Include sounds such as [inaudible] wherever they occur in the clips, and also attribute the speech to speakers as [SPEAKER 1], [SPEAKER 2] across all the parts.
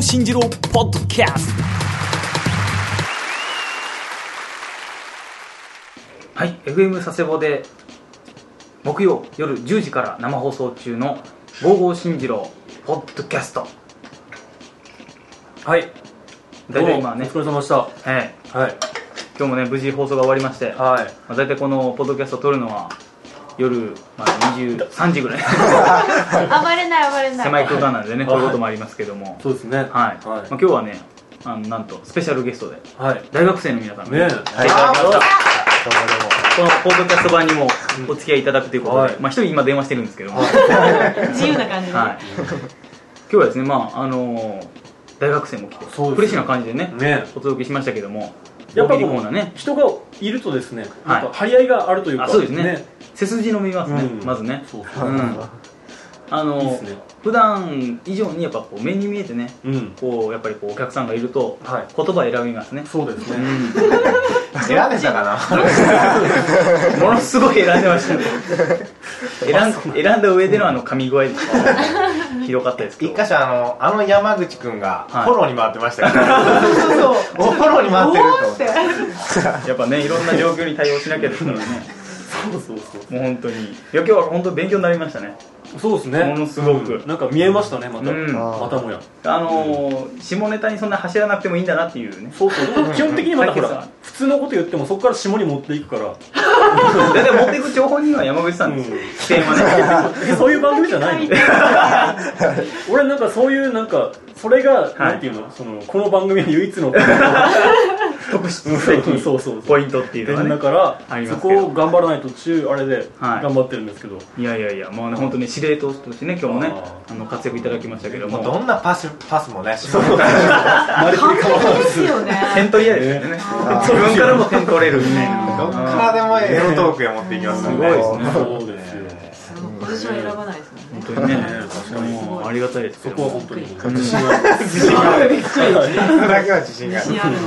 [SPEAKER 1] 信じろポッドキャスト
[SPEAKER 2] はい、FM 佐世保で木曜夜10時から生放送中の「ゴーゴーしんじろうポッドキャスト
[SPEAKER 3] はい。」
[SPEAKER 2] 大体今ね
[SPEAKER 3] ど、うもお疲れ様でした。
[SPEAKER 2] ええ
[SPEAKER 3] はい。
[SPEAKER 2] 今日もね無事放送が終わりまして、ま
[SPEAKER 3] はい。
[SPEAKER 2] あ、大体このポッドキャスト撮るのは夜、まあ、23時ぐらい
[SPEAKER 3] [laughs]
[SPEAKER 4] 暴れない暴れない
[SPEAKER 2] 狭い空間なんでね撮ることもありますけども
[SPEAKER 3] そうですね。
[SPEAKER 2] はい、まあ、
[SPEAKER 3] は
[SPEAKER 2] 今日はねあのなんとスペシャルゲストで
[SPEAKER 3] い。はい。
[SPEAKER 2] 大学生の皆さんに
[SPEAKER 3] ねえ。
[SPEAKER 2] 来ていただきましたこのポッドキャスト版にもお付き合いいただくということで、
[SPEAKER 3] はい
[SPEAKER 2] まあ、一人今電話してるんですけども、
[SPEAKER 4] 自由な感じで、
[SPEAKER 2] はい、今日はですね、まああのー大学生も来て、
[SPEAKER 3] そうですね
[SPEAKER 2] フレッシュな感じでね、
[SPEAKER 3] ね
[SPEAKER 2] お届けしましたけども、
[SPEAKER 3] え。やっぱ
[SPEAKER 2] 大喜利コ
[SPEAKER 3] こ
[SPEAKER 2] ーナー
[SPEAKER 3] う、
[SPEAKER 2] ね、
[SPEAKER 3] 人がいるとですね、
[SPEAKER 2] は
[SPEAKER 3] ないんか張り合いがあるというか。
[SPEAKER 2] あそうですね背筋の見えますね、
[SPEAKER 3] うん
[SPEAKER 2] まずね、
[SPEAKER 3] そう
[SPEAKER 2] う
[SPEAKER 3] そ
[SPEAKER 2] ん
[SPEAKER 3] う。
[SPEAKER 2] あのー
[SPEAKER 3] いいですね
[SPEAKER 2] 普段以上にやっぱこう目に見えてね、
[SPEAKER 3] うん。
[SPEAKER 2] こうやっぱりこうお客さんがいると、
[SPEAKER 3] はい
[SPEAKER 2] 言葉選びますね、
[SPEAKER 3] そうですね。
[SPEAKER 5] 選べたかな
[SPEAKER 2] ものすごい選んでました
[SPEAKER 3] [laughs]
[SPEAKER 2] ね、選ん選んだ上でのあの噛み声です、ひどかったですけ
[SPEAKER 5] 一
[SPEAKER 2] ど、
[SPEAKER 5] 箇所あのあの山口くんが
[SPEAKER 2] はい
[SPEAKER 5] フォローに
[SPEAKER 2] [laughs]
[SPEAKER 5] 回ってましたけど、おフォローに回ってると思って
[SPEAKER 2] やっぱね、いろんな状況に対応しなきゃですからね、
[SPEAKER 3] そうそうそう。
[SPEAKER 2] もう本当に、いや今日は本当勉強になりましたね。
[SPEAKER 3] そうですね。
[SPEAKER 2] ものすごく
[SPEAKER 3] うんなんか見えましたね、また。
[SPEAKER 2] うん
[SPEAKER 3] またもや。
[SPEAKER 2] あのー下ネタにそんな走らなくてもいいんだなっていうね
[SPEAKER 3] そうそう。基本的にまたほ
[SPEAKER 2] 解決
[SPEAKER 3] ら
[SPEAKER 2] だ、
[SPEAKER 3] 普通のこと言ってもそこから下に持ってい
[SPEAKER 2] [laughs]
[SPEAKER 3] くから。
[SPEAKER 2] 大体持っていく情報には山口さんですよ
[SPEAKER 3] うん
[SPEAKER 2] 起点はね
[SPEAKER 3] えそういう番組じゃないの俺なんかそういうなんかそれが、なんていうのそのこの番組の唯一の
[SPEAKER 2] 特殊
[SPEAKER 3] うん
[SPEAKER 2] 的
[SPEAKER 3] そうそうそ
[SPEAKER 2] [laughs]
[SPEAKER 3] う
[SPEAKER 2] ポイントっていうの
[SPEAKER 3] 点
[SPEAKER 2] は
[SPEAKER 3] だ
[SPEAKER 2] ね
[SPEAKER 3] か
[SPEAKER 2] あり
[SPEAKER 3] ら
[SPEAKER 2] ま
[SPEAKER 3] そ
[SPEAKER 2] すけど
[SPEAKER 3] こを頑張らないと中あれで
[SPEAKER 2] はい
[SPEAKER 3] 頑張ってるんですけど、
[SPEAKER 2] いやいやいやもうね本当に司令塔としてね今日もね
[SPEAKER 3] あ
[SPEAKER 2] あの活躍いただきましたけど
[SPEAKER 5] もう
[SPEAKER 2] も
[SPEAKER 5] どんなパスパスもね
[SPEAKER 4] 完璧ですよね
[SPEAKER 2] 点取り合いですよね自分からも点取れるみたいな
[SPEAKER 5] [laughs] どっからでもエロトークへ持っていきますか
[SPEAKER 2] す
[SPEAKER 5] ら
[SPEAKER 2] ごいで
[SPEAKER 5] ね
[SPEAKER 2] すね
[SPEAKER 3] そうですよ、
[SPEAKER 4] ポジション選ばないですもんね
[SPEAKER 2] 本当にね
[SPEAKER 3] 確かに
[SPEAKER 2] もうありがたいですけ
[SPEAKER 3] そ
[SPEAKER 2] ど
[SPEAKER 3] こは
[SPEAKER 2] も
[SPEAKER 3] 本当に
[SPEAKER 2] ん
[SPEAKER 3] 自信がある
[SPEAKER 5] それだけは自信がある
[SPEAKER 4] 自信あるんだ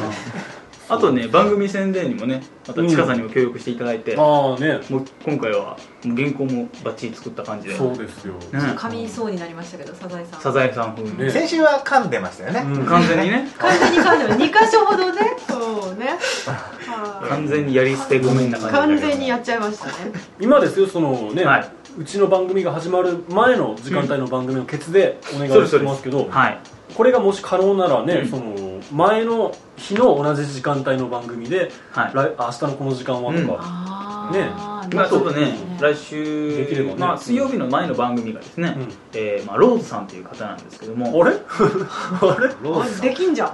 [SPEAKER 2] あとね番組宣伝にもねまたちかさんにも協力していただいても
[SPEAKER 3] ああね
[SPEAKER 2] う今回はもう原稿もバッチリ作った感じで
[SPEAKER 3] そうですよ、
[SPEAKER 2] ね
[SPEAKER 4] 噛みそうになりましたけどサザエさん
[SPEAKER 2] サザエさん風に
[SPEAKER 3] ね
[SPEAKER 5] 先週は噛んでましたよね、
[SPEAKER 3] うん
[SPEAKER 2] 完全にね
[SPEAKER 4] 完全に噛んでる2箇所ほどねそうねは
[SPEAKER 2] 完全にやり捨て組な感
[SPEAKER 4] い
[SPEAKER 2] じ
[SPEAKER 4] 完全にやっちゃいましたね
[SPEAKER 3] 今ですよそのね、
[SPEAKER 2] はいう
[SPEAKER 3] ちの番組が始まる前の時間帯の番組のケツでお願い
[SPEAKER 2] そうです
[SPEAKER 3] し
[SPEAKER 2] そう
[SPEAKER 3] て
[SPEAKER 2] で
[SPEAKER 3] ますすけど、
[SPEAKER 2] はい
[SPEAKER 3] これがもし可能ならね、
[SPEAKER 2] うん
[SPEAKER 3] その前の日の同じ時間帯の番組で、
[SPEAKER 2] はい
[SPEAKER 3] 来明日のこの時間はとか、
[SPEAKER 4] あ
[SPEAKER 3] ね
[SPEAKER 4] あ
[SPEAKER 2] まあちょっとね来
[SPEAKER 3] できれ
[SPEAKER 2] 週
[SPEAKER 3] ばね
[SPEAKER 2] まあ水曜日の前の番組がですね
[SPEAKER 3] うん
[SPEAKER 2] えーまあローズさんという方なんですけども
[SPEAKER 3] あれあれ
[SPEAKER 4] できんじゃん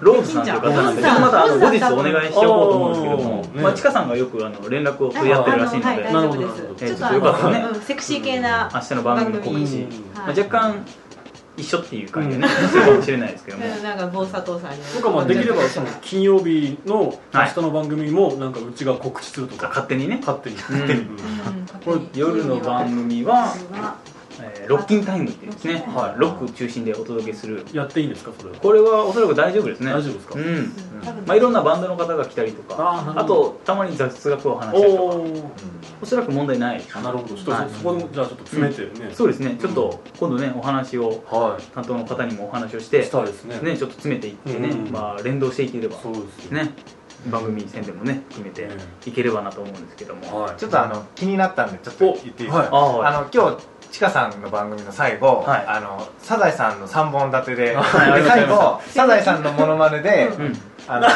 [SPEAKER 2] ローズさんという方なんで
[SPEAKER 4] ローズさん
[SPEAKER 2] またあの
[SPEAKER 4] ロ
[SPEAKER 2] 後
[SPEAKER 4] ーズ
[SPEAKER 2] 日
[SPEAKER 4] さん
[SPEAKER 2] お願いしておこうと思うんですけども
[SPEAKER 3] あーね
[SPEAKER 2] まあちかさんがよくあの連絡を取り合ってるらしいの
[SPEAKER 4] はい
[SPEAKER 2] で
[SPEAKER 4] あ
[SPEAKER 2] ま
[SPEAKER 4] の
[SPEAKER 2] あ
[SPEAKER 4] はい大丈
[SPEAKER 3] な
[SPEAKER 2] えー
[SPEAKER 3] るほど
[SPEAKER 4] 夫ですちょっと
[SPEAKER 2] よかった
[SPEAKER 4] あ
[SPEAKER 2] らね
[SPEAKER 4] のうんセクシー系な
[SPEAKER 2] 明日の番組の告
[SPEAKER 4] う
[SPEAKER 2] 知
[SPEAKER 3] ん
[SPEAKER 2] まあ
[SPEAKER 4] はい
[SPEAKER 2] 若干一緒っていう感じでねするかもしれないですけども
[SPEAKER 4] うんなんか某佐藤さんに
[SPEAKER 3] とかまあできればその金曜日の明
[SPEAKER 2] はい
[SPEAKER 3] 日の番組もなんかうちが告知するとか、
[SPEAKER 2] 勝手にね
[SPEAKER 3] 勝手に、
[SPEAKER 2] ん
[SPEAKER 4] うん
[SPEAKER 2] これ夜の番組はえーロッキンタイムっていうですね
[SPEAKER 3] はい
[SPEAKER 2] ロック中心でお届けする
[SPEAKER 3] やっていいんですかそれは、
[SPEAKER 2] これはおそらく大丈夫ですね
[SPEAKER 3] 大丈夫ですか、
[SPEAKER 2] うん
[SPEAKER 4] 多分
[SPEAKER 2] まあ、いろんなバンドの方が来たりと
[SPEAKER 3] あーな
[SPEAKER 2] か
[SPEAKER 3] るほ
[SPEAKER 2] あ
[SPEAKER 3] ど
[SPEAKER 2] とたまに雑学を話したりとか
[SPEAKER 3] おー
[SPEAKER 2] おそらく問題ない
[SPEAKER 3] なるほどちょっとそ,、
[SPEAKER 2] はい
[SPEAKER 3] そこでもじゃあちょっと詰めてね、
[SPEAKER 2] そうですねちょっと今度ねお話を
[SPEAKER 3] は
[SPEAKER 2] 担当の方にもお話をし
[SPEAKER 3] い
[SPEAKER 2] て
[SPEAKER 3] し、たいですね
[SPEAKER 2] ね、ちょっと詰めていってね、
[SPEAKER 3] うん
[SPEAKER 2] まあ、連動していければ
[SPEAKER 3] そうですよ
[SPEAKER 2] ね番組宣伝もね含めて
[SPEAKER 3] ね
[SPEAKER 2] いければなと思うんですけども、
[SPEAKER 3] はい
[SPEAKER 5] ちょっとあの気になったんでちょっと言っていいです
[SPEAKER 3] お
[SPEAKER 5] か、
[SPEAKER 3] はい
[SPEAKER 2] ああ
[SPEAKER 5] あの今日ちかさんの番組の最後、
[SPEAKER 2] はい
[SPEAKER 5] あのサザエさんの3本立てで,、
[SPEAKER 2] はいあり
[SPEAKER 5] で
[SPEAKER 2] がとう
[SPEAKER 5] 最
[SPEAKER 2] ござい
[SPEAKER 5] 後サザエさんのモノマネで、
[SPEAKER 2] うん
[SPEAKER 5] あの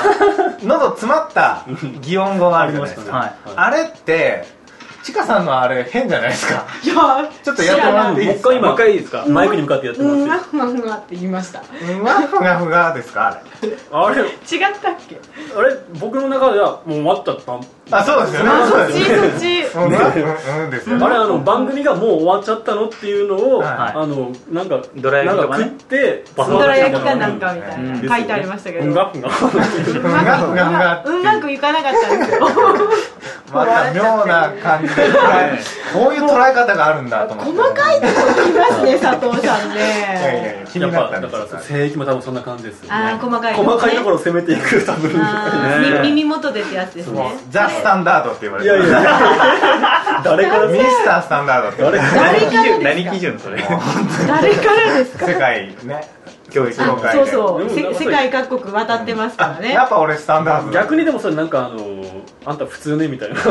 [SPEAKER 5] 喉詰まった擬音語があるじゃないですか、
[SPEAKER 2] はい
[SPEAKER 5] あれってちかさんのあれ変じゃないですか
[SPEAKER 4] いや
[SPEAKER 5] ちょっとやってもらっていいですか
[SPEAKER 3] 知らな
[SPEAKER 2] もう一回いいですか、
[SPEAKER 3] マイクに向かってやって
[SPEAKER 4] う
[SPEAKER 3] も
[SPEAKER 4] ん
[SPEAKER 3] ら
[SPEAKER 4] わ
[SPEAKER 3] って、
[SPEAKER 4] ふわふわって言いました違っ
[SPEAKER 5] うわふがふがですかあれ
[SPEAKER 3] あれ
[SPEAKER 4] たっけ
[SPEAKER 3] あれ僕の中ではもう終わったったん
[SPEAKER 5] あそうですよね
[SPEAKER 4] あそ
[SPEAKER 5] そう
[SPEAKER 4] っ
[SPEAKER 5] で
[SPEAKER 4] ち
[SPEAKER 5] すよね
[SPEAKER 4] そっち
[SPEAKER 5] うんうんうんですよね
[SPEAKER 3] あれあの番組がもう終わっちゃったのっていうのを、
[SPEAKER 5] はい
[SPEAKER 3] あのなんか
[SPEAKER 2] どら焼きとかね
[SPEAKER 3] なん食って
[SPEAKER 2] バス
[SPEAKER 4] どら焼きかなんかみたい
[SPEAKER 2] うん
[SPEAKER 4] な
[SPEAKER 2] です
[SPEAKER 4] 書いてありましたけど
[SPEAKER 3] う
[SPEAKER 4] うんま
[SPEAKER 3] がう
[SPEAKER 4] くう
[SPEAKER 5] がふがふが
[SPEAKER 4] まくうまくいかなかったんですよ
[SPEAKER 5] また妙な感じでこういう捉え方があるんだと思って
[SPEAKER 4] 細かいとこ言いますね佐藤さん
[SPEAKER 5] いやいや
[SPEAKER 4] ね
[SPEAKER 5] いや気
[SPEAKER 3] ん [laughs]
[SPEAKER 5] に
[SPEAKER 3] やっ
[SPEAKER 5] なった
[SPEAKER 3] ぱ
[SPEAKER 5] ん
[SPEAKER 3] だ
[SPEAKER 5] です
[SPEAKER 3] から聖域も多分そんな感じですよね
[SPEAKER 4] あー細かいとこ
[SPEAKER 3] 細
[SPEAKER 4] ね
[SPEAKER 3] かいところを攻めていく多分
[SPEAKER 4] あ
[SPEAKER 2] ね
[SPEAKER 4] ーみ耳元でってやつです
[SPEAKER 5] も
[SPEAKER 4] ね
[SPEAKER 5] うザ・スタンダードって言われ
[SPEAKER 3] い
[SPEAKER 5] て
[SPEAKER 3] やい
[SPEAKER 5] る
[SPEAKER 3] や誰から
[SPEAKER 5] ミスター・スタンダードって言われてる
[SPEAKER 4] 誰
[SPEAKER 2] 何基準何
[SPEAKER 4] からですか
[SPEAKER 2] 基準それ
[SPEAKER 4] 誰からですか
[SPEAKER 5] 世界ね教育協
[SPEAKER 4] あ
[SPEAKER 5] 会
[SPEAKER 4] そう
[SPEAKER 5] で
[SPEAKER 4] そう
[SPEAKER 3] でも
[SPEAKER 4] せ世界各国渡ってますからね
[SPEAKER 5] やっぱ俺スタンダードだ
[SPEAKER 3] 逆にでもそれなんかあのあんた普通ねみたい [laughs] な
[SPEAKER 4] あ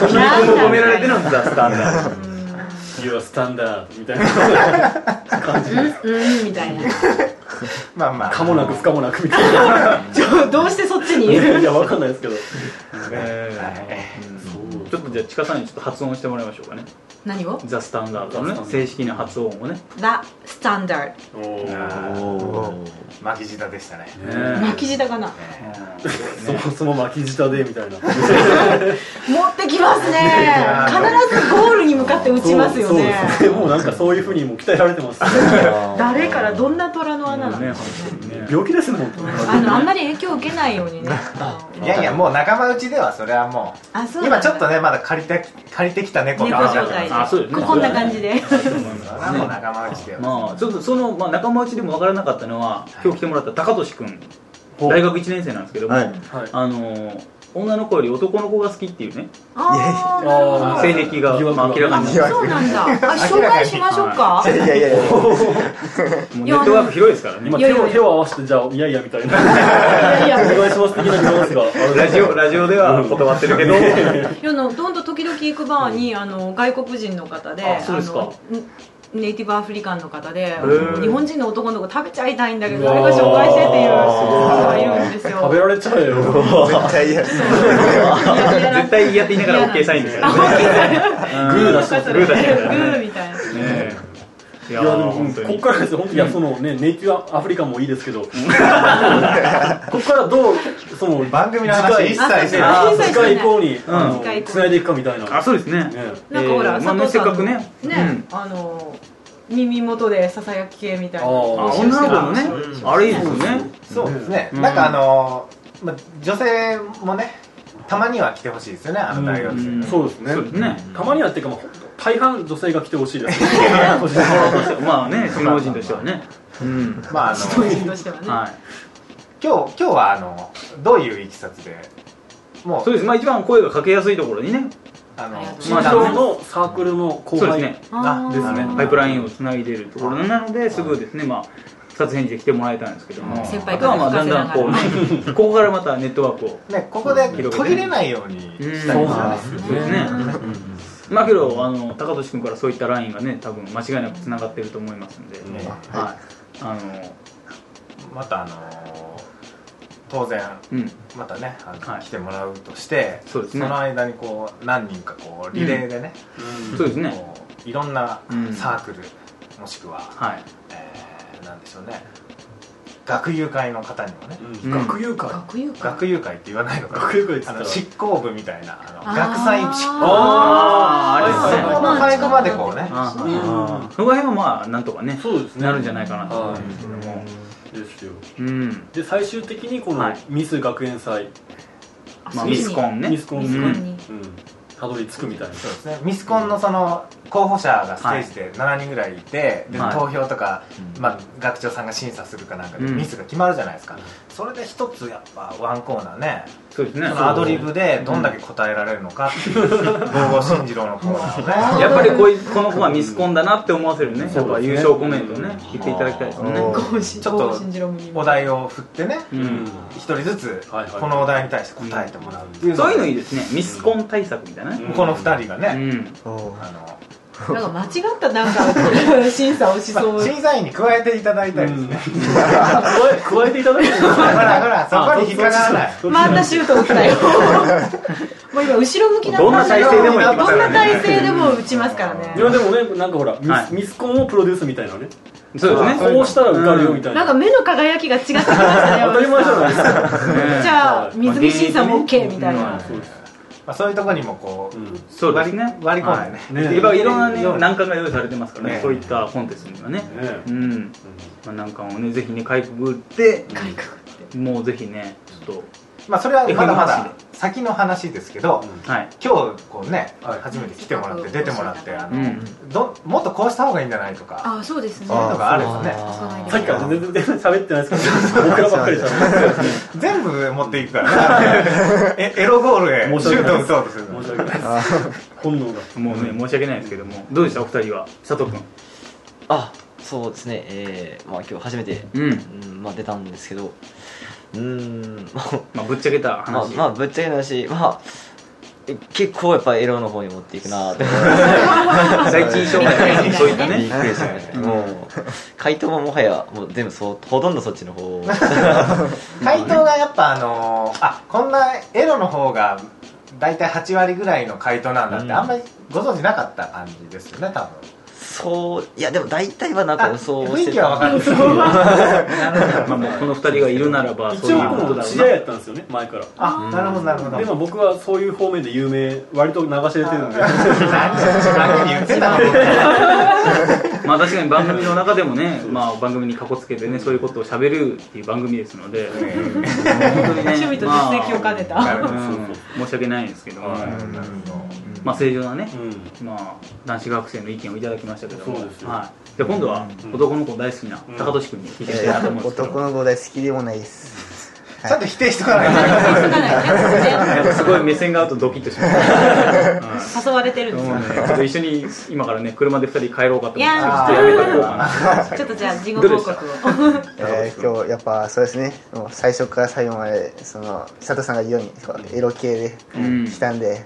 [SPEAKER 4] ーなんだ
[SPEAKER 2] 褒められてるんだスタンダード
[SPEAKER 3] You are standard みたいな感じです
[SPEAKER 4] うんみたいな
[SPEAKER 5] まあまあ
[SPEAKER 3] かもなく不可もなくみたいな
[SPEAKER 4] ちょどうしてそっちに
[SPEAKER 3] い
[SPEAKER 4] 言う
[SPEAKER 3] やいやわかんないですけど
[SPEAKER 2] うんちょっとじゃあ近さんにちょっと発音してもらいましょうかね
[SPEAKER 4] 何を
[SPEAKER 2] ザ・スタンダードの
[SPEAKER 3] The
[SPEAKER 2] ね
[SPEAKER 3] Standard
[SPEAKER 2] 正式な発音をね
[SPEAKER 4] The Standard
[SPEAKER 3] おお
[SPEAKER 5] あー
[SPEAKER 6] お
[SPEAKER 5] 巻き舌でしたね
[SPEAKER 4] 巻き舌かな
[SPEAKER 3] そもそも巻き舌でみたいな
[SPEAKER 4] 持ってきますね必ずゴールに向かって打ちますよ
[SPEAKER 3] そ
[SPEAKER 4] ね
[SPEAKER 3] うそうですもうなんかそういうふうにもう鍛えられてます
[SPEAKER 4] 誰からどんな虎の穴な
[SPEAKER 2] ね
[SPEAKER 4] の
[SPEAKER 3] [laughs] 病気ですもん
[SPEAKER 4] あのあんまり影響を受けないようにね
[SPEAKER 5] いやいやもう仲間内ではそれはも
[SPEAKER 4] あそう
[SPEAKER 5] う
[SPEAKER 4] だ
[SPEAKER 5] 今ちょっとねまだ借りて借りてきた猫
[SPEAKER 4] 猫
[SPEAKER 5] の話だ
[SPEAKER 4] 状
[SPEAKER 5] から
[SPEAKER 4] 態で
[SPEAKER 2] あそうですね
[SPEAKER 4] ここんな感じで
[SPEAKER 5] それはもう仲間内では
[SPEAKER 2] まあちょっとその、まあ、仲間内でも分からなかったのは今日来てもらった高俊君
[SPEAKER 3] ほう
[SPEAKER 2] 大学1年生なんですけども、
[SPEAKER 6] はい
[SPEAKER 3] はい
[SPEAKER 2] あのー女の子より男の子が好きっていうね
[SPEAKER 4] ああなるほど
[SPEAKER 3] あー
[SPEAKER 2] 性癖が、
[SPEAKER 3] 疑惑
[SPEAKER 2] まあ、明らかになっ
[SPEAKER 5] 疑惑
[SPEAKER 4] そうなんだ。あ、紹介しましょうか。
[SPEAKER 6] いやいやいや
[SPEAKER 2] てもうネットワーク広いですからね
[SPEAKER 3] 今
[SPEAKER 4] いやい
[SPEAKER 3] 手
[SPEAKER 4] やいや
[SPEAKER 3] を手を合わせてじゃあいやいやみたいな
[SPEAKER 4] い
[SPEAKER 3] お
[SPEAKER 4] やいや、
[SPEAKER 3] 願いします的なニュアンスがある
[SPEAKER 2] ラジオラジオでは断ってるけど
[SPEAKER 4] いや、の、どんどん時々行くバーに、あの、外国人の方で。
[SPEAKER 2] あそうですか
[SPEAKER 4] あのんネイティブアフリカンの方で
[SPEAKER 2] ー
[SPEAKER 4] 日本人の男の子食べちゃいたいんだけど
[SPEAKER 3] うわ
[SPEAKER 4] 誰
[SPEAKER 3] ー
[SPEAKER 4] か紹介してっていう人が
[SPEAKER 2] す
[SPEAKER 4] い
[SPEAKER 2] ごい
[SPEAKER 4] るんです
[SPEAKER 3] 食べ
[SPEAKER 4] よ
[SPEAKER 3] られちゃ [laughs] うよ
[SPEAKER 6] 絶対
[SPEAKER 4] [laughs]
[SPEAKER 6] 嫌
[SPEAKER 2] 絶対嫌って言いながら OK サインですよね
[SPEAKER 3] グー出してます
[SPEAKER 4] そ
[SPEAKER 2] グ
[SPEAKER 4] れ
[SPEAKER 2] ー
[SPEAKER 4] グ
[SPEAKER 2] 出してます
[SPEAKER 4] ーみたいな
[SPEAKER 2] ねえい
[SPEAKER 3] い
[SPEAKER 2] や
[SPEAKER 3] やでも
[SPEAKER 2] ー
[SPEAKER 3] こ
[SPEAKER 2] 本当
[SPEAKER 3] こっ
[SPEAKER 2] に
[SPEAKER 3] からですよ本当にいやそのねネイティブアフリカンもいいです
[SPEAKER 2] [laughs]
[SPEAKER 3] けどここからどうその
[SPEAKER 5] 番組の話一切して
[SPEAKER 4] あ
[SPEAKER 5] ない
[SPEAKER 4] そう
[SPEAKER 3] あ
[SPEAKER 4] 一切
[SPEAKER 3] 次
[SPEAKER 4] しない
[SPEAKER 3] 回以降にあの
[SPEAKER 4] 次回以降に
[SPEAKER 3] 繋いでいくかみたいな
[SPEAKER 2] あそうですね
[SPEAKER 3] ね
[SPEAKER 4] なんかほら
[SPEAKER 2] えーまあ
[SPEAKER 4] 佐藤さんの
[SPEAKER 2] ねせっかくね
[SPEAKER 4] ねあの耳元でささやき系みたいな
[SPEAKER 3] あ
[SPEAKER 2] あ
[SPEAKER 3] ー
[SPEAKER 2] 女の子のねあれいいですよね
[SPEAKER 5] そうですね、
[SPEAKER 2] うん
[SPEAKER 5] なんかあのーま、女性もねたまには来てほしいですよねあの大学生、
[SPEAKER 2] うん
[SPEAKER 3] そうですね
[SPEAKER 2] そうですね
[SPEAKER 3] たまにはっていうかまあ大半女性が来てほしいです
[SPEAKER 2] まあね首脳陣としてはねうん
[SPEAKER 5] まああ
[SPEAKER 4] 人
[SPEAKER 5] の今日
[SPEAKER 4] 々としてはね
[SPEAKER 2] はい
[SPEAKER 5] 今日はあのどういういきさつでも
[SPEAKER 2] そう
[SPEAKER 5] う
[SPEAKER 2] ですまあ一番声がかけやすいところにね
[SPEAKER 5] あの
[SPEAKER 4] ありがとうござ
[SPEAKER 3] 新
[SPEAKER 4] いま
[SPEAKER 3] 郎のサークルの
[SPEAKER 2] そ
[SPEAKER 3] 後
[SPEAKER 2] うです
[SPEAKER 3] 輩
[SPEAKER 2] ね
[SPEAKER 4] あー
[SPEAKER 5] ですね
[SPEAKER 2] パイプラインをつないでいるところなのですぐですねまあ二つ返事で来てもらえたんですけども
[SPEAKER 4] 先
[SPEAKER 2] あ
[SPEAKER 4] 輩
[SPEAKER 2] と
[SPEAKER 4] から
[SPEAKER 2] はまあだんだんこうねここからまたネットワークを
[SPEAKER 5] ねここで途切れないようにしたい
[SPEAKER 3] そ
[SPEAKER 5] で
[SPEAKER 3] う
[SPEAKER 5] すよ
[SPEAKER 3] な
[SPEAKER 5] ね
[SPEAKER 3] んです
[SPEAKER 2] そうですね
[SPEAKER 4] うん
[SPEAKER 2] まあけどあの高俊君からそういったラインがね多分間違いなくつながってると思いますんで、
[SPEAKER 5] ね
[SPEAKER 2] はいあの
[SPEAKER 5] またあのー当然
[SPEAKER 2] うん
[SPEAKER 5] またねあの
[SPEAKER 2] はい
[SPEAKER 5] 来てもらうとして、
[SPEAKER 2] そうですね
[SPEAKER 5] の間にこう何人かこうリレーでね、
[SPEAKER 2] そうですね
[SPEAKER 5] こういろんな
[SPEAKER 2] うん
[SPEAKER 5] サークル、もしくは、
[SPEAKER 2] はい
[SPEAKER 5] えーなんでしょうね学友会の方にもね、
[SPEAKER 3] うん学友会
[SPEAKER 4] 学友会
[SPEAKER 5] 学友会って言わないのかな
[SPEAKER 3] 学友会って言
[SPEAKER 5] あ
[SPEAKER 3] った
[SPEAKER 5] の
[SPEAKER 3] ら
[SPEAKER 5] 執行部みたいなあの
[SPEAKER 4] あー
[SPEAKER 5] 学祭執行
[SPEAKER 2] あーあれですね
[SPEAKER 5] そこの最後までこうね
[SPEAKER 2] あー
[SPEAKER 3] うん
[SPEAKER 2] そこら辺はまあなんとかね
[SPEAKER 3] そうですね
[SPEAKER 2] なるんじゃないかなと思
[SPEAKER 3] は
[SPEAKER 2] うんですけども
[SPEAKER 3] いですよ
[SPEAKER 2] うん
[SPEAKER 3] で最終的にこ
[SPEAKER 2] は
[SPEAKER 3] の
[SPEAKER 2] い
[SPEAKER 3] ミス学園祭
[SPEAKER 2] まあ
[SPEAKER 4] あ
[SPEAKER 2] ミスコンね
[SPEAKER 3] ミスコン
[SPEAKER 4] ミ
[SPEAKER 2] う
[SPEAKER 4] スコン
[SPEAKER 2] ん
[SPEAKER 4] に
[SPEAKER 3] うんたどり着くみたいな
[SPEAKER 5] そうですねミスコンのその候補者がステージで7人ぐらいいて、で
[SPEAKER 2] はい
[SPEAKER 5] 投票とか、まあ、学長さんが審査するかなんかで
[SPEAKER 2] うん
[SPEAKER 5] ミスが決まるじゃないですか、それで一つやっぱワンコーナーね
[SPEAKER 2] そうです
[SPEAKER 5] そ
[SPEAKER 2] ね
[SPEAKER 5] のアドリブでどんだけ答えられるのかっ
[SPEAKER 2] [laughs]
[SPEAKER 5] ていう郷郷進次郎のコーナーをね
[SPEAKER 2] やっぱりこういこの子はミスコンだなって思わせるねやっぱ
[SPEAKER 3] そうですね
[SPEAKER 2] 優勝コメントをね言っていただきたいですよね
[SPEAKER 6] おー
[SPEAKER 4] ゴーシ
[SPEAKER 5] ちょっと
[SPEAKER 4] ゴーシンジロムにも
[SPEAKER 5] お題を振ってね
[SPEAKER 2] う
[SPEAKER 3] うんん
[SPEAKER 5] 一人ずつ
[SPEAKER 3] はいはい
[SPEAKER 5] このお題に対して答えてもらうっていうの
[SPEAKER 2] そういうのいい
[SPEAKER 5] い
[SPEAKER 2] ですねミスコン対策みたいなね
[SPEAKER 5] この二人が
[SPEAKER 2] う
[SPEAKER 5] ね、
[SPEAKER 2] ん
[SPEAKER 6] お
[SPEAKER 5] あの
[SPEAKER 4] なんか間違ったなんか審査をし
[SPEAKER 5] ま
[SPEAKER 4] そ
[SPEAKER 5] あ
[SPEAKER 4] う。
[SPEAKER 5] 審査員に加えていただいたりですね、
[SPEAKER 3] 加え加えていただいてほ
[SPEAKER 5] [laughs] ほらほらそこに引っかからない
[SPEAKER 4] またシュート打ったよ。もう今後ろ向きな
[SPEAKER 2] どんな体勢でもい
[SPEAKER 4] ど
[SPEAKER 2] けますか
[SPEAKER 4] ん
[SPEAKER 2] ら
[SPEAKER 4] な
[SPEAKER 2] ね
[SPEAKER 4] 体勢でも打ちますからね
[SPEAKER 3] い。やでもねなんかほらミス,、
[SPEAKER 2] はい
[SPEAKER 3] ミスコンをプロデュースみたいなね
[SPEAKER 2] そうですね
[SPEAKER 5] そう
[SPEAKER 3] こうしたら受かるよみたい
[SPEAKER 4] な
[SPEAKER 3] な、
[SPEAKER 4] んか目の輝きが違ってきました
[SPEAKER 3] [laughs]
[SPEAKER 4] ね。
[SPEAKER 3] 当たり前じゃないですか
[SPEAKER 4] じ
[SPEAKER 2] ね
[SPEAKER 4] ゃあ
[SPEAKER 3] はい
[SPEAKER 4] 水着審査も OK みたい
[SPEAKER 2] うん
[SPEAKER 4] な。
[SPEAKER 3] そうです、
[SPEAKER 5] まあ、そういうところにもこう、
[SPEAKER 3] うん
[SPEAKER 2] そうですね
[SPEAKER 5] 割り込んでね、
[SPEAKER 3] ね
[SPEAKER 2] やっぱいろんなね
[SPEAKER 5] ように
[SPEAKER 2] 難関が用意されてますからね
[SPEAKER 5] ね
[SPEAKER 2] そういったコンテストにはね
[SPEAKER 3] ね
[SPEAKER 2] うん、まあ、難関をねぜひねかいくぐって
[SPEAKER 4] 外国って
[SPEAKER 2] もうぜひねちょっ
[SPEAKER 5] まあ、それはまだま
[SPEAKER 2] FM
[SPEAKER 5] だ先の話ですけど、
[SPEAKER 3] うん
[SPEAKER 2] とはい
[SPEAKER 5] 今日こうね、
[SPEAKER 3] はい
[SPEAKER 5] 初めて来てもらって出てもらってあ
[SPEAKER 2] う
[SPEAKER 5] の、
[SPEAKER 2] ん
[SPEAKER 5] どもっとこうした方がいいんじゃないとか
[SPEAKER 4] あそうですね。
[SPEAKER 5] そういうのがあるんですね
[SPEAKER 6] あ
[SPEAKER 3] さっきから全然全然喋ってないですけど僕らばっかり喋ってる
[SPEAKER 5] 全部持っていくからねえエロゴールへシュート打とうとする
[SPEAKER 3] 申
[SPEAKER 5] の
[SPEAKER 3] し訳ないです本能が
[SPEAKER 2] もうね申し訳ないですけどもどうでしたお二人は佐藤君
[SPEAKER 6] あそうですね、えーまあ、今日初めて、
[SPEAKER 2] うん
[SPEAKER 6] うんまあ、出たんですけど、うーん、まあ
[SPEAKER 2] まあ、ぶっちゃけた
[SPEAKER 6] まあ、
[SPEAKER 2] 話、
[SPEAKER 6] まあ、ぶっちゃけの話、まあ、え結構やっぱエロの方に持っていくな
[SPEAKER 2] [laughs]
[SPEAKER 6] と思って
[SPEAKER 2] 第一印象がやっぱりそういった
[SPEAKER 6] びっ
[SPEAKER 2] ね
[SPEAKER 6] くりしましたね、もう、回答ももはや、もう全部そう、ほとんどそっちの方
[SPEAKER 5] 回答がやっぱあのーあこんなエロの方が大体8割ぐらいの回答なんだって、
[SPEAKER 6] うん
[SPEAKER 5] あんまりご存知なかった感じですよね多分
[SPEAKER 6] そう、いや、でも大体はなんか
[SPEAKER 5] あ
[SPEAKER 6] 予想
[SPEAKER 5] 雰
[SPEAKER 6] し
[SPEAKER 5] 囲
[SPEAKER 6] て
[SPEAKER 5] 気は分か
[SPEAKER 6] た。
[SPEAKER 5] るんですけど
[SPEAKER 2] まあもうこの二人がいるならばそう
[SPEAKER 3] 一
[SPEAKER 2] い
[SPEAKER 3] 応
[SPEAKER 2] うこと
[SPEAKER 3] 僕も
[SPEAKER 2] だろう
[SPEAKER 3] 知り合い
[SPEAKER 2] な
[SPEAKER 3] やったんですよね前から
[SPEAKER 5] あ [laughs] なるほどなるほど
[SPEAKER 3] でも僕はそういう方面で有名割と流し出てるんで
[SPEAKER 5] 何言ってたの
[SPEAKER 2] まあ確かに番組の中でもね、まあ、番組にかこつけてねそういうことをしゃべるっていう番組ですので本当にね
[SPEAKER 4] 趣味と実績を兼ねた、
[SPEAKER 5] まあ
[SPEAKER 2] まあうん申し訳ないんですけど、
[SPEAKER 3] はい
[SPEAKER 5] なるほど
[SPEAKER 2] まあ正常なね、
[SPEAKER 3] うん
[SPEAKER 2] まあ、男子学生の意見をいただきましたけども
[SPEAKER 3] そうですよ
[SPEAKER 2] はい、じゃあ今度は男の子大好きな
[SPEAKER 3] うん
[SPEAKER 2] 高俊君に聞いて
[SPEAKER 7] い
[SPEAKER 2] みた
[SPEAKER 7] や
[SPEAKER 2] いな
[SPEAKER 7] い
[SPEAKER 2] と
[SPEAKER 7] や
[SPEAKER 2] 思うんですけど、
[SPEAKER 7] 男の子大好きでもないです
[SPEAKER 5] ちゃんと否定しとかない
[SPEAKER 4] 気づかないね
[SPEAKER 2] なんか [laughs] すごい目線が合うとドキッとします
[SPEAKER 4] 誘われてるんです
[SPEAKER 2] も
[SPEAKER 4] よ
[SPEAKER 2] うねちょっと一緒に今からね車で二人帰ろうかと思って
[SPEAKER 4] いや
[SPEAKER 2] ちょっとやめとこうか
[SPEAKER 4] [laughs] ちょっとじゃあ事後報告を
[SPEAKER 7] と、えー、今日やっぱそうですねもう最初から最後までその佐藤さんが言うようにこうエロ系で
[SPEAKER 2] うん
[SPEAKER 7] 来たんで、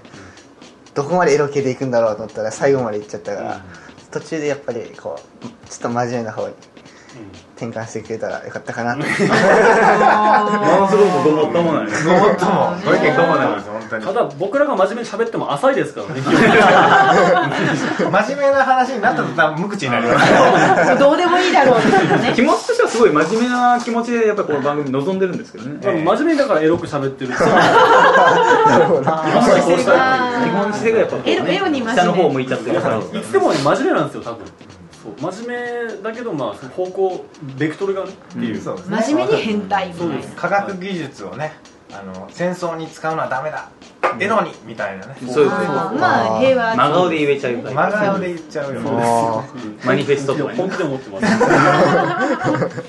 [SPEAKER 7] どこまでエロ系で行くんだろうと思ったら最後まで行っちゃったから、途中でやっぱりこうちょっと真面目な方に転換してくれたらよかったかなと
[SPEAKER 2] な
[SPEAKER 4] [laughs]
[SPEAKER 2] ものすごくごもっともない
[SPEAKER 5] ごもっともご意見ごもっともです本当
[SPEAKER 3] うん
[SPEAKER 5] に
[SPEAKER 3] ただ僕らが真面目に喋っても浅いですからね
[SPEAKER 5] 真面目な話になった途端無口になります
[SPEAKER 4] どうでもいいだろうみたいなね
[SPEAKER 2] 気持ちとしてはすごい真面目な気持ちでやっぱりこの番組望んでるんですけどね
[SPEAKER 3] 真面目だからエロく喋ってる
[SPEAKER 2] あんまりこうし
[SPEAKER 4] 姿勢
[SPEAKER 2] た
[SPEAKER 4] が
[SPEAKER 2] 基本姿勢がやっぱこうね
[SPEAKER 4] エロエロに真面目
[SPEAKER 2] 下の方向いちゃってるから
[SPEAKER 3] いつでも真面目なんですよ多分そう真面目だけどまあその方向ベクトルがねっていう、
[SPEAKER 5] そうですね
[SPEAKER 4] [laughs] 真面目に変態みたいな
[SPEAKER 5] 科学技術をねあの戦争に使うのはダメだ、エロにみたいなね
[SPEAKER 2] そういうこと
[SPEAKER 4] あーまあ平和
[SPEAKER 2] 真顔で言えちゃうタイプ
[SPEAKER 5] 真顔で言っちゃうよ
[SPEAKER 7] [laughs] も
[SPEAKER 2] マニフェストとか
[SPEAKER 3] 本
[SPEAKER 2] ね
[SPEAKER 3] 気で思ってます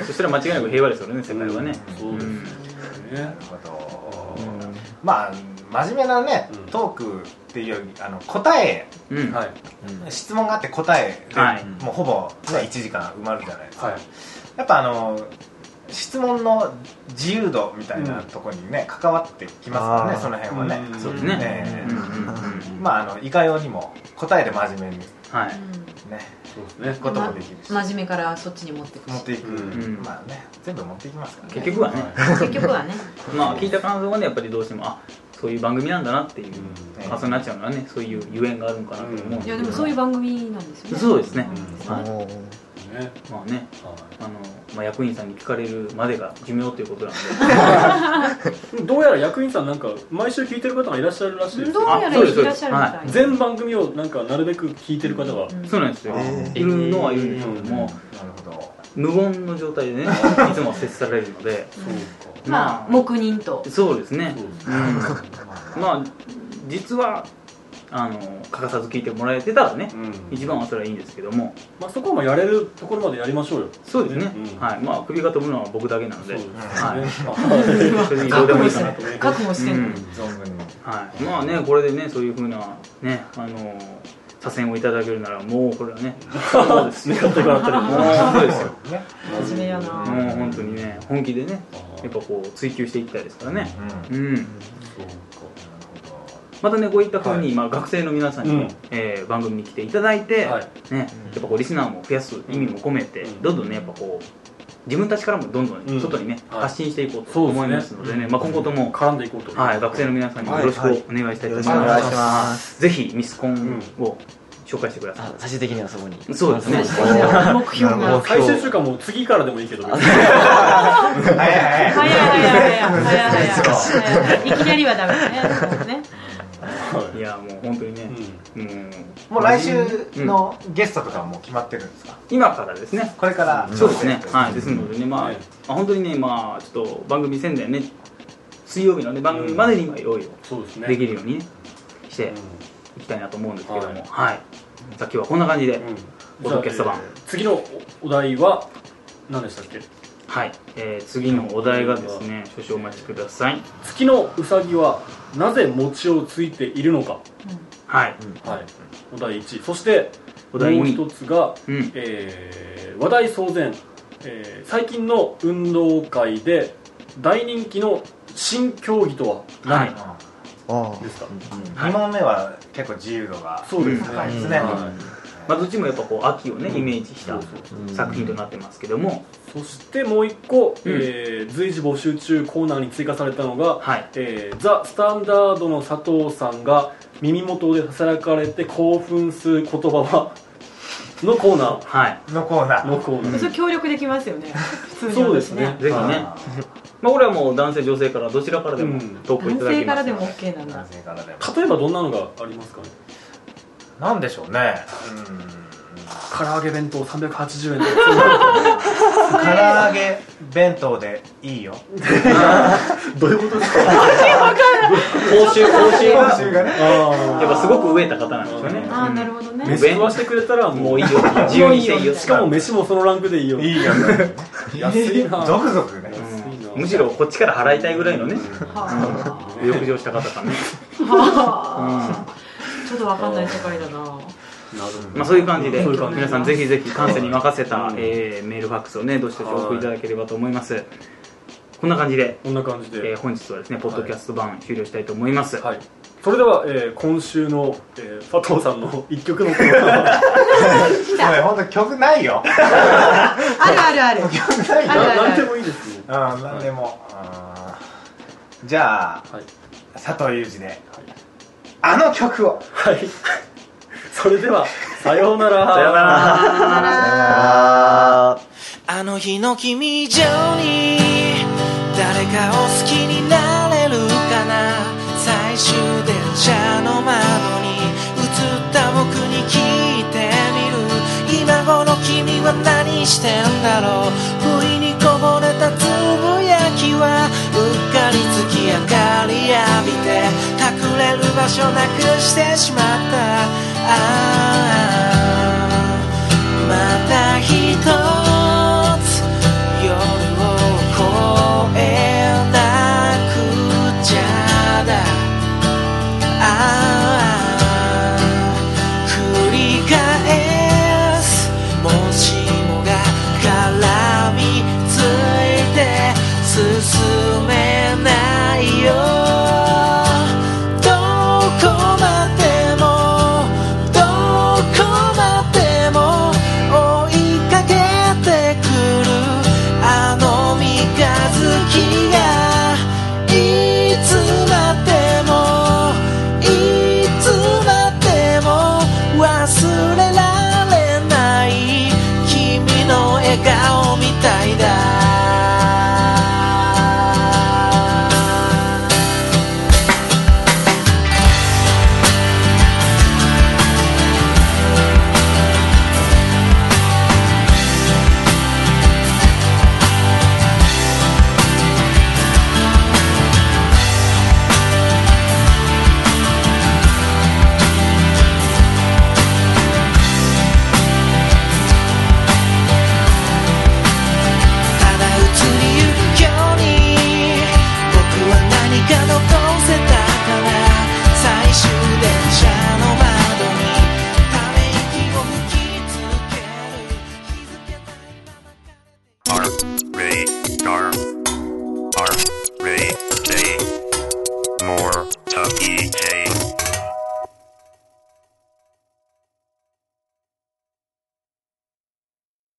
[SPEAKER 2] そしたら間違いなく平和ですよね世界はね
[SPEAKER 3] そうですね
[SPEAKER 5] なるほどまあ真面目なね、
[SPEAKER 3] うん
[SPEAKER 5] トークっていうよりあの答え
[SPEAKER 2] うん
[SPEAKER 3] はい
[SPEAKER 5] 質問があって答えで、
[SPEAKER 2] はい
[SPEAKER 5] もうほぼ、ね、1時間埋まるじゃないですか、
[SPEAKER 3] はい
[SPEAKER 5] やっぱあの質問の自由度みたいなとこにね、関わってきますから
[SPEAKER 7] あ
[SPEAKER 5] ね
[SPEAKER 7] ー
[SPEAKER 5] その辺はね、
[SPEAKER 3] うん
[SPEAKER 2] そうですね
[SPEAKER 5] え
[SPEAKER 2] うんうん
[SPEAKER 5] えまああのいかようにも答えで真面目にね
[SPEAKER 2] はい
[SPEAKER 3] そうですね
[SPEAKER 5] こともできるし、
[SPEAKER 4] ま真面目からそっちに持ってくし
[SPEAKER 5] 持っていく、
[SPEAKER 2] ん
[SPEAKER 5] まあね全部持っていきますからね
[SPEAKER 2] 結局はね
[SPEAKER 4] 結局はね
[SPEAKER 2] まあ聞いた感想はねやっぱりどうしてもあそういう番組なんだなっていう
[SPEAKER 5] うん
[SPEAKER 2] 発想になっちゃうのはねそういうゆえんがあるのかなと思うんです
[SPEAKER 4] い
[SPEAKER 2] けど
[SPEAKER 4] やでもそういう番組なんですよね
[SPEAKER 2] そうですね
[SPEAKER 4] うん
[SPEAKER 2] はいう
[SPEAKER 3] ね
[SPEAKER 2] まあね
[SPEAKER 3] は
[SPEAKER 2] あの、まあ、役員さんに聞かれるまでが寿命ということなんで
[SPEAKER 3] いどうやら役員さんなんか毎週聞いてる方がいらっしゃるらしいです
[SPEAKER 4] どうやらいらっしゃるみたい
[SPEAKER 3] 全番組をなんかなるべく聞いてる方が
[SPEAKER 4] うん
[SPEAKER 2] [laughs] そうなんですよ、
[SPEAKER 7] えー
[SPEAKER 2] いるのはいるんですけども、
[SPEAKER 5] なるほど
[SPEAKER 2] 無言の状態でねいつも接されるので
[SPEAKER 3] そうか
[SPEAKER 4] まあ黙認と
[SPEAKER 2] そうですね
[SPEAKER 3] そうですね
[SPEAKER 2] うんまあ実はあの欠かさず聞いてもらえてたらね、
[SPEAKER 3] うん
[SPEAKER 2] 一番はそれはいいんですけども
[SPEAKER 3] まあそこはまあやれるところまでやりましょうよ
[SPEAKER 2] そうですね、
[SPEAKER 3] うん
[SPEAKER 2] はいまあ首が飛ぶのは僕だけなの
[SPEAKER 3] そう
[SPEAKER 2] で
[SPEAKER 3] ですね
[SPEAKER 2] はい
[SPEAKER 3] はい
[SPEAKER 2] それにどう
[SPEAKER 4] 覚
[SPEAKER 2] でもいい
[SPEAKER 4] 悟し
[SPEAKER 2] か
[SPEAKER 4] て
[SPEAKER 2] な
[SPEAKER 4] る
[SPEAKER 2] と
[SPEAKER 4] 覚悟して
[SPEAKER 2] う
[SPEAKER 4] る
[SPEAKER 2] ん
[SPEAKER 5] 存分に
[SPEAKER 2] はい、まあねこれでねそういうふうなねあのー左遷をいただけるならもうこれはねそうですね [laughs]
[SPEAKER 3] 買ってもらったり
[SPEAKER 2] もう本当ですよ
[SPEAKER 5] ね
[SPEAKER 2] [laughs]
[SPEAKER 4] 真面目や
[SPEAKER 2] もう
[SPEAKER 4] な
[SPEAKER 2] 本当にね本気でねやっぱこう追求していきたいですからね
[SPEAKER 5] う
[SPEAKER 2] う
[SPEAKER 5] んなる
[SPEAKER 2] ん
[SPEAKER 3] そうか
[SPEAKER 5] ほど
[SPEAKER 2] またねこういったふうに、まあ、学生の皆さんにも、
[SPEAKER 3] うん
[SPEAKER 2] えー番組に来ていただいて、
[SPEAKER 3] はい
[SPEAKER 2] ね、やっぱこうリスナーも増やす意味も込めて、
[SPEAKER 3] うん
[SPEAKER 2] どんどんねやっぱこう自分たちからもどんど
[SPEAKER 3] うん
[SPEAKER 2] ん外にね、
[SPEAKER 3] はい
[SPEAKER 2] 発信していこうと
[SPEAKER 3] そうですね
[SPEAKER 2] 思いますのでね、まあ、今後とも、
[SPEAKER 3] 絡んでいこうと
[SPEAKER 2] はい、学生の皆さんにもよろしくお願いしたいと思います,、
[SPEAKER 7] はいはいよろしくお願いします
[SPEAKER 2] ぜひミスコンを紹介してください、
[SPEAKER 6] あ最終的にはそこに。
[SPEAKER 2] そうですね
[SPEAKER 4] 最終的には目標
[SPEAKER 7] なる
[SPEAKER 4] が
[SPEAKER 7] ほど
[SPEAKER 3] 最終週間もう次からでもいいけど
[SPEAKER 5] はいはい
[SPEAKER 4] 早
[SPEAKER 5] は
[SPEAKER 4] い早
[SPEAKER 5] い
[SPEAKER 4] い早い早い早いいきなりはダメだねそうね
[SPEAKER 2] いやもう本当にね、もう
[SPEAKER 5] もう来週のゲストとかはもう決まってるんですか
[SPEAKER 2] 今からですね
[SPEAKER 5] これから
[SPEAKER 2] そうですね、はい、ですのでね、まあ、
[SPEAKER 3] はい
[SPEAKER 2] まあ本当にね、まあ、ちょっと番組宣伝ね、水曜日のね、番組までに今、用意を
[SPEAKER 3] そうですね
[SPEAKER 2] できるようにね、していきたいなと思うんですけども、はい、さっきはこんな感じで、ポッドキャスト版
[SPEAKER 3] 次のお題は何でしたっけ
[SPEAKER 2] はい、えー次のお題がですね、少々お待ちください。
[SPEAKER 3] 月のうさぎはなぜ餅をついているのか
[SPEAKER 2] はい、
[SPEAKER 3] はい、お題1そしてお題もう一つが、
[SPEAKER 2] うん
[SPEAKER 3] えー話題騒然、えー最近の運動会で大人気の新競技とは
[SPEAKER 2] はい
[SPEAKER 7] ああ
[SPEAKER 3] ですか、
[SPEAKER 5] 2問目は結構自由度が
[SPEAKER 3] そうですね
[SPEAKER 5] 高いですね、
[SPEAKER 3] うん
[SPEAKER 5] はい
[SPEAKER 2] まあ、どっちもやっぱこう秋をねイメージした
[SPEAKER 6] うん
[SPEAKER 2] 作品となってますけども、
[SPEAKER 3] そしてもう一個、
[SPEAKER 2] うん
[SPEAKER 3] えー随時募集中コーナーに追加されたのが、
[SPEAKER 2] はい
[SPEAKER 3] えーザ・スタンダードの佐藤さんが耳元でささやかれて興奮する言葉はのコーナ
[SPEAKER 2] はい
[SPEAKER 5] のコーナ
[SPEAKER 3] ー
[SPEAKER 5] ー
[SPEAKER 3] のコーナー、
[SPEAKER 4] それ協力できますよね普通に
[SPEAKER 3] そうですね
[SPEAKER 2] ぜひね
[SPEAKER 5] あ
[SPEAKER 2] まあこれはもう男性女性からどちらからで
[SPEAKER 3] う
[SPEAKER 2] も
[SPEAKER 3] ん
[SPEAKER 2] 投稿い
[SPEAKER 4] 男
[SPEAKER 2] ただけ
[SPEAKER 4] 性か
[SPEAKER 2] ま
[SPEAKER 4] ら
[SPEAKER 2] す
[SPEAKER 4] でも OK なんだ
[SPEAKER 5] 男性からでも
[SPEAKER 3] 例えばどんなのがありますかね
[SPEAKER 5] なんでしょうね
[SPEAKER 3] 唐揚げ弁当380円で [laughs]
[SPEAKER 5] うん唐揚げ弁当でいいよ
[SPEAKER 3] どういうことですか
[SPEAKER 2] 報酬報酬が
[SPEAKER 5] がね
[SPEAKER 2] やっぱすごく飢えた方なんですよね
[SPEAKER 4] ああなるほどね
[SPEAKER 3] 飯食わしてくれたらも
[SPEAKER 2] も
[SPEAKER 3] う
[SPEAKER 2] う
[SPEAKER 3] い
[SPEAKER 2] い
[SPEAKER 3] い
[SPEAKER 2] いよ自由にしていいよ
[SPEAKER 3] しかも飯もそのランクでいいよ
[SPEAKER 5] いいよね
[SPEAKER 3] 安いな
[SPEAKER 5] ゾクゾクね
[SPEAKER 2] むしろこっちから払いたいぐらいのね
[SPEAKER 4] は
[SPEAKER 2] 欲情した方かね、
[SPEAKER 4] あはあ [laughs] ちょっとわかんない世界だな
[SPEAKER 2] まあ、そういう感じで
[SPEAKER 3] そういう感じ
[SPEAKER 2] 皆さんぜひぜひ感性に任せた、えーメールファックスをねどしどしお送りいただければと思いますこんな感じで、
[SPEAKER 3] こんな感じ
[SPEAKER 2] えー
[SPEAKER 3] で、
[SPEAKER 2] 本日はですねポッドキャスト版終了したいと思います、
[SPEAKER 3] はい、それでは、えー今週の、えー佐藤さんの一曲のコーナー
[SPEAKER 5] これ本当曲ないよ
[SPEAKER 4] あるあるある
[SPEAKER 5] 曲ないよ
[SPEAKER 4] ある
[SPEAKER 3] ななんでもいいですね。
[SPEAKER 5] あーなんでも、あーじゃあ
[SPEAKER 3] はい。
[SPEAKER 5] 佐藤裕二であの曲を
[SPEAKER 3] はい。それでは、さようなら。
[SPEAKER 2] さようなら
[SPEAKER 6] あー
[SPEAKER 1] あの日の君以上に誰かを好きになれるかな最終電車の窓に映った僕に聞いてみる今頃君は何してんだろう不意にこぼれたつぶやきはうっかり月明かり浴びて隠れる場所なくしてしまったああまた一人